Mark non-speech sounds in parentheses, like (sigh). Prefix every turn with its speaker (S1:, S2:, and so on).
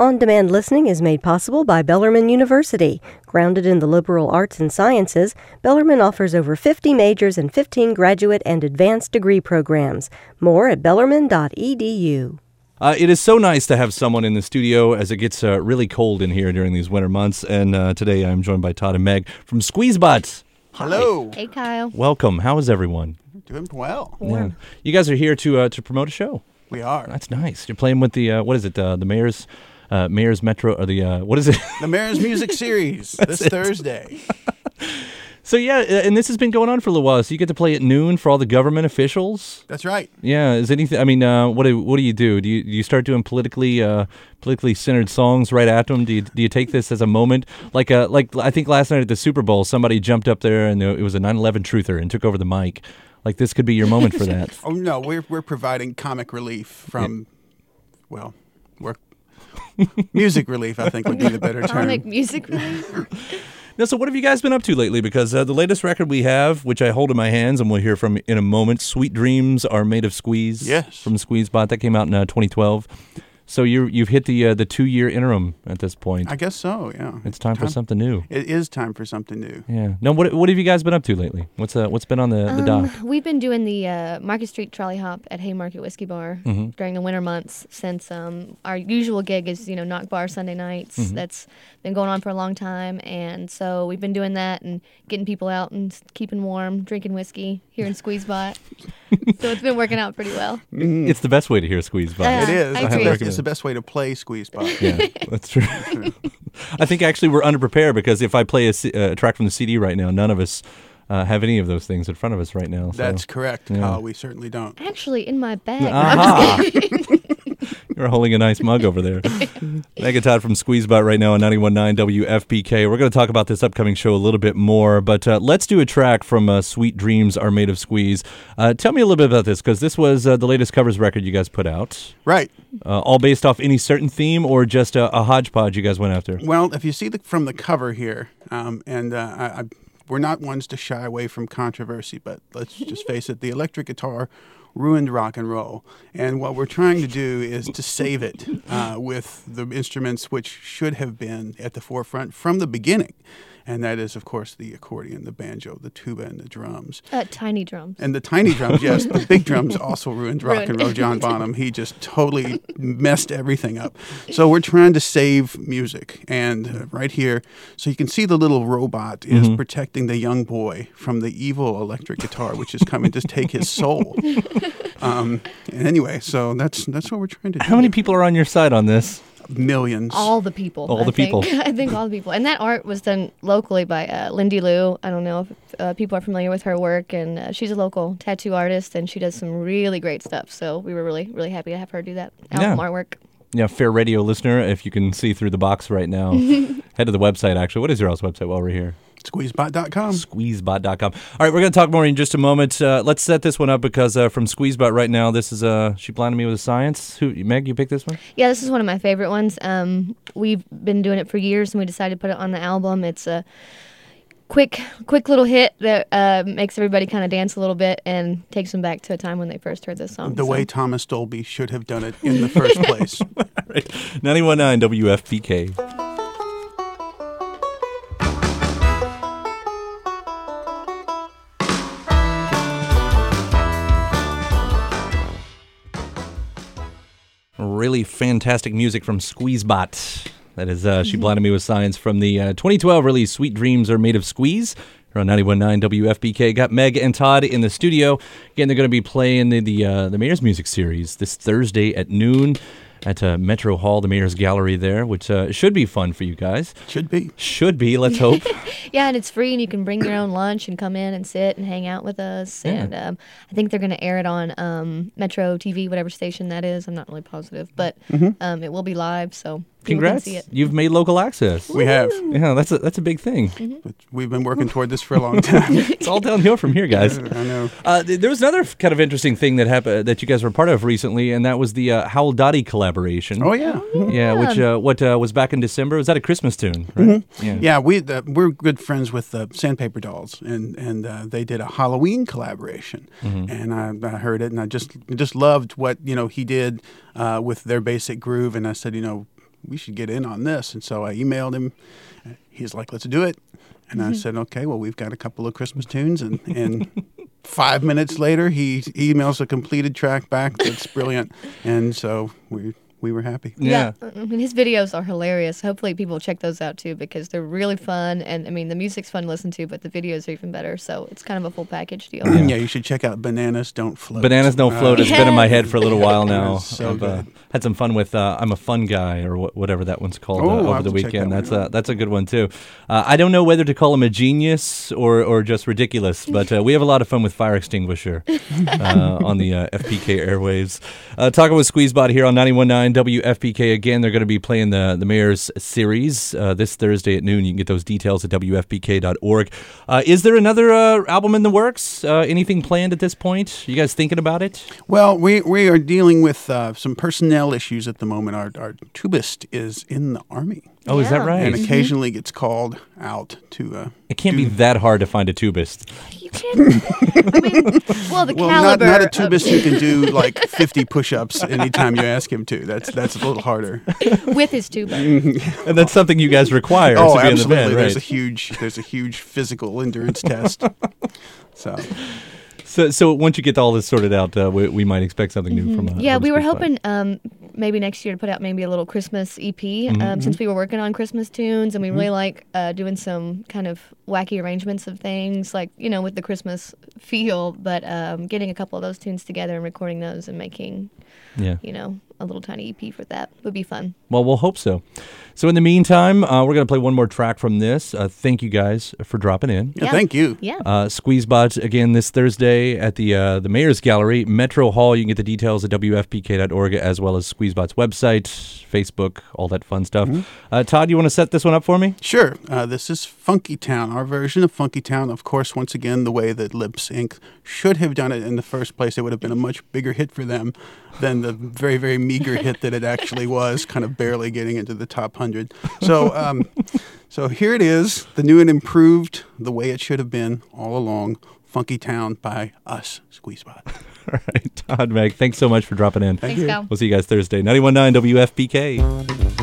S1: On demand listening is made possible by Bellarmine University. Grounded in the liberal arts and sciences, Bellarmine offers over 50 majors and 15 graduate and advanced degree programs. More at E bellarmine.edu.
S2: Uh, it is so nice to have someone in the studio as it gets uh, really cold in here during these winter months. And uh, today I'm joined by Todd and Meg from Squeezebots.
S3: Hello.
S4: Hey, Kyle.
S2: Welcome. How is everyone?
S3: Doing well.
S2: You guys are here to uh, to promote a show. (laughs)
S3: We are.
S2: That's nice. You're playing with the uh, what is it? Uh, the mayor's uh, mayor's metro or the uh, what is it? (laughs)
S3: The Mariners Music Series this Thursday.
S2: so yeah, uh, and this has been going on for a little while. So you get to play at noon for all the government officials.
S3: That's right.
S2: Yeah. Is anything? I mean, uh, what do what do you do? Do you do you start doing politically uh, politically centered songs right after them? Do you do you take this as a moment like a like I think last night at the Super Bowl somebody jumped up there and it was a 9/11 truther and took over the mic. Like this could be your moment for
S3: (laughs)
S2: that.
S3: Oh no, we're we're providing comic relief from, well, we're music relief. I think
S2: (laughs)
S3: would be the better term.
S4: Comic music release.
S2: Now, so what have you guys been up to lately? Because uh, the latest record we have, which I hold in my hands and we'll hear from in a moment, "Sweet Dreams Are Made of Squeeze."
S3: Yes.
S2: from Squeezebot that came out in uh, 2012. So you you've hit the uh, the two year interim at this point.
S3: I guess so. Yeah.
S2: it's time, for something new.
S3: It is time for something new.
S2: Yeah. Now, what what have you guys been up to lately? What's uh, what's been on the, the dock?
S4: Um, We've been doing the uh, Market Street trolley hop at Haymarket Whiskey Bar during the winter months since um, our usual gig is, you know, Knock Bar Sunday nights. That's been going on for a long time. And so we've been doing that and getting people out and s- keeping warm, drinking whiskey here in Squeezebot. so it's been working out pretty well.
S2: It's the best way to hear Squeezebot.
S3: It
S4: Yeah,
S3: is.
S4: I
S3: It's the
S4: agree.
S3: best- It's the best way to play squeeze ball.
S2: (laughs) yeah, that's true. (laughs) I think actually we're underprepared because if I play a, C- uh, a track from the CD right now, none of us uh, have any of those things in front of us right now. So.
S3: That's correct. Kyle. we certainly don't.
S4: Actually, in my bag.
S2: Aha. You're holding a nice mug over there. Meg and Todd from Squeezebot right now on 919 WFPK. We're going to talk about this upcoming show a little bit more, but uh, let's do a track from uh, Sweet Dreams Are Made of Squeeze. Uh, tell me a little bit about this because this was uh, the latest covers record you guys put out,
S3: Right.
S2: uh, all based off any certain theme or just a, a hodgepodge you guys went after.
S3: Well, if you see the, from the cover here, um, and uh, I, I, we're not ones to shy away from controversy, but let's just face it: the electric guitar ruined rock and roll, and what we're trying to do is to save it uh, with the instruments which should have been at the forefront from the beginning, and that is, of course, the accordion, the banjo, the tuba, and the drums.
S4: Uh, tiny drums.
S3: And the tiny drums, yes, the
S4: (laughs)
S3: big drums also ruined rock and
S4: Ruined
S3: roll.
S4: (laughs)
S3: John Bonham, he just totally messed everything up. So we're trying to save music, and uh, right here, so you can see the little robot is
S2: Mm-hmm.
S3: protecting the young boy from the evil electric guitar, which is coming to take his
S4: (laughs)
S3: soul. Um, and anyway, so that's that's what we're trying to do.
S2: How many people are on your side on this?
S3: millions?
S4: all the people.
S2: All
S4: I
S2: the people.
S4: think. (laughs) I think all the people. And that art was done locally by uh, Lindy Lou. I don't know if uh, people are familiar with her work, and uh, she's a local tattoo artist, and she does some really great stuff. So we were really, really happy to have her do that album
S2: Yeah.
S4: artwork.
S2: Yeah, fair radio listener, if you can see through the box right now, head to the website actually. What is your all's website while we're here?
S3: Squeezebot.com.
S2: squeezebot.com. All right, we're going to talk more in just a moment. Uh, let's set this one up because uh, from Squeezebot right now, this is uh, she blinded me with a science. Who Meg, you picked this one?
S4: Yeah, this is one of my favorite ones. Um, we've been doing it for years, and we decided to put it on the album. It's a quick, quick little hit that uh, makes everybody kind of dance a little bit and takes them back to a time when they first heard this song.
S3: The
S4: So-
S3: way Thomas Dolby should have done it in the first
S4: (laughs)
S3: place.
S2: 919 WFPK. Really fantastic music from Squeezebot. That is, uh, she blinded me with science from the uh, 2012 release "Sweet Dreams Are Made of Squeeze." Here on 919 WFBK, got Meg and Todd in the studio. Again, they're going to be playing the the, uh, the Mayor's Music Series this Thursday at noon at uh, Metro Hall, the Mayor's Gallery there, which uh, should be fun for you guys.
S3: Should be.
S2: Should be. Let's hope.
S4: Yeah, and it's free, and you can bring your own lunch and come in and sit and hang out with us. And um, I think they're going to air it on um, Metro TV, whatever station that is. I'm not really positive, but um, it will be live, so people can
S2: Congrats!
S4: see it.
S2: You've made local access.
S3: We have.
S2: Yeah, that's a that's a big thing.
S3: (laughs) We've been working toward this for a long
S4: (laughs)
S3: time.
S2: It's all downhill from here,
S3: (laughs)
S2: guys.
S3: I know.
S2: Uh, th- there was another f- kind of interesting thing that happened that you guys were part of recently, and that was the uh, Howl Dottie collaboration.
S3: Oh, yeah.
S2: Yeah, which uh, what uh, was back in December was that a Christmas tune? Right? Yeah.
S3: Yeah, we the, we're good friends with the Sandpaper Dolls, and and uh, they did a Halloween collaboration, and I, I heard it, and I just just loved what you know he did uh, with their basic groove, and I said, you know, we should get in on this. And so I emailed him. He's like, let's do it. And I said, okay, well, we've got a couple of Christmas tunes. And, and (laughs) five minutes later, he emails a completed track back that's brilliant. And so we, we were happy.
S2: Yeah.
S4: I mean, his videos are hilarious. Hopefully, people check those out too because they're really fun. And I mean, the music's fun to listen to, but the videos are even better. So it's kind of a full package deal.
S3: Yeah. you should check out Bananas Don't Float.
S2: Bananas Don't
S3: Uh,
S2: Float has been in my head for a
S3: (laughs)
S2: little while now.
S3: It's so
S2: I've uh,
S3: good.
S2: had some fun with uh, I'm a Fun Guy or wh- whatever that one's called
S3: Oh,
S2: uh,
S3: I'll
S2: over
S3: have
S2: the
S3: to check
S2: weekend.
S3: that
S2: That's
S3: one
S2: a, that's a good one too. Uh, I don't know whether to call him a genius or, or just ridiculous, but uh, we have a lot of fun with Fire
S3: (laughs)
S2: Extinguisher uh, on the uh, FPK airwaves. Uh, talking with Squeezebot here on 91.9 WFPK. Again, they're going to be playing the, the Mayor's series uh, this Thursday at noon. You can get those details at WFPK.org. Uh, is there another uh, album in the works? Uh, anything planned at this point? You guys thinking about it?
S3: Well, we, we are dealing with uh, some personnel issues at the moment. Our, our tubist is in the Army
S2: Oh, is that
S4: Yeah.
S2: right?
S3: and occasionally gets called out to. Uh,
S2: It can't be that hard to find a tubist.
S4: You can't. I mean, well, the
S3: well, not,
S4: caliber.
S3: not a
S4: of-
S3: tubist who can
S4: (laughs)
S3: do like 50 push ups anytime you ask him to. That's, that's a little harder.
S2: (laughs)
S4: with his tuba.
S2: (laughs) And that's something you guys require to
S3: Oh,
S2: be in the
S3: absolutely.
S2: band,
S3: There's a
S2: right?
S3: huge there's a huge physical endurance
S2: (laughs)
S3: test. So
S2: So, so once you get all this sorted out, uh, we, we might expect something new from. Uh,
S4: Mm-hmm. Yeah,
S2: from
S4: we were
S2: Squeeze Bot.
S4: hoping um, maybe next year to put out maybe a little Christmas EP
S2: Mm-hmm,
S4: um, since we were working on Christmas tunes and we really like uh, doing some kind of wacky arrangements of things like you know with the Christmas feel, but um, getting a couple of those tunes together and recording those and making
S2: Yeah.
S4: you know a little tiny EP for that would be fun.
S2: Well, we'll hope so. So, in the meantime, uh, we're gonna play one more track from this. Uh, thank you guys for dropping in.
S3: yeah,
S4: Yeah.
S3: thank you.
S4: Yeah.
S2: Uh, Squeezebot again this Thursday at the uh, the Mayor's Gallery, Metro Hall. You can get the details at wfpk.org as well as Squeezebot's website, Facebook, all that fun stuff.
S3: Mm-hmm.
S2: Uh, Todd, you want to set this one up for me? (laughs)
S3: Sure. Uh, this is Funky Town, our version of Funky Town. Of course, once again, the way that Lips Inc. should have done it in the first place, it would have been a much bigger hit for them than the very, very meager hit that it actually was, kind of barely getting into the top 100. So, um, so here it is the new and improved, the way it should have been all along Funky Town by us, Squeezebot.
S2: All right, Todd Meg, thanks so much for dropping in.
S4: Thanks, Cal.
S2: We'll see you guys Thursday. 919 WFPK.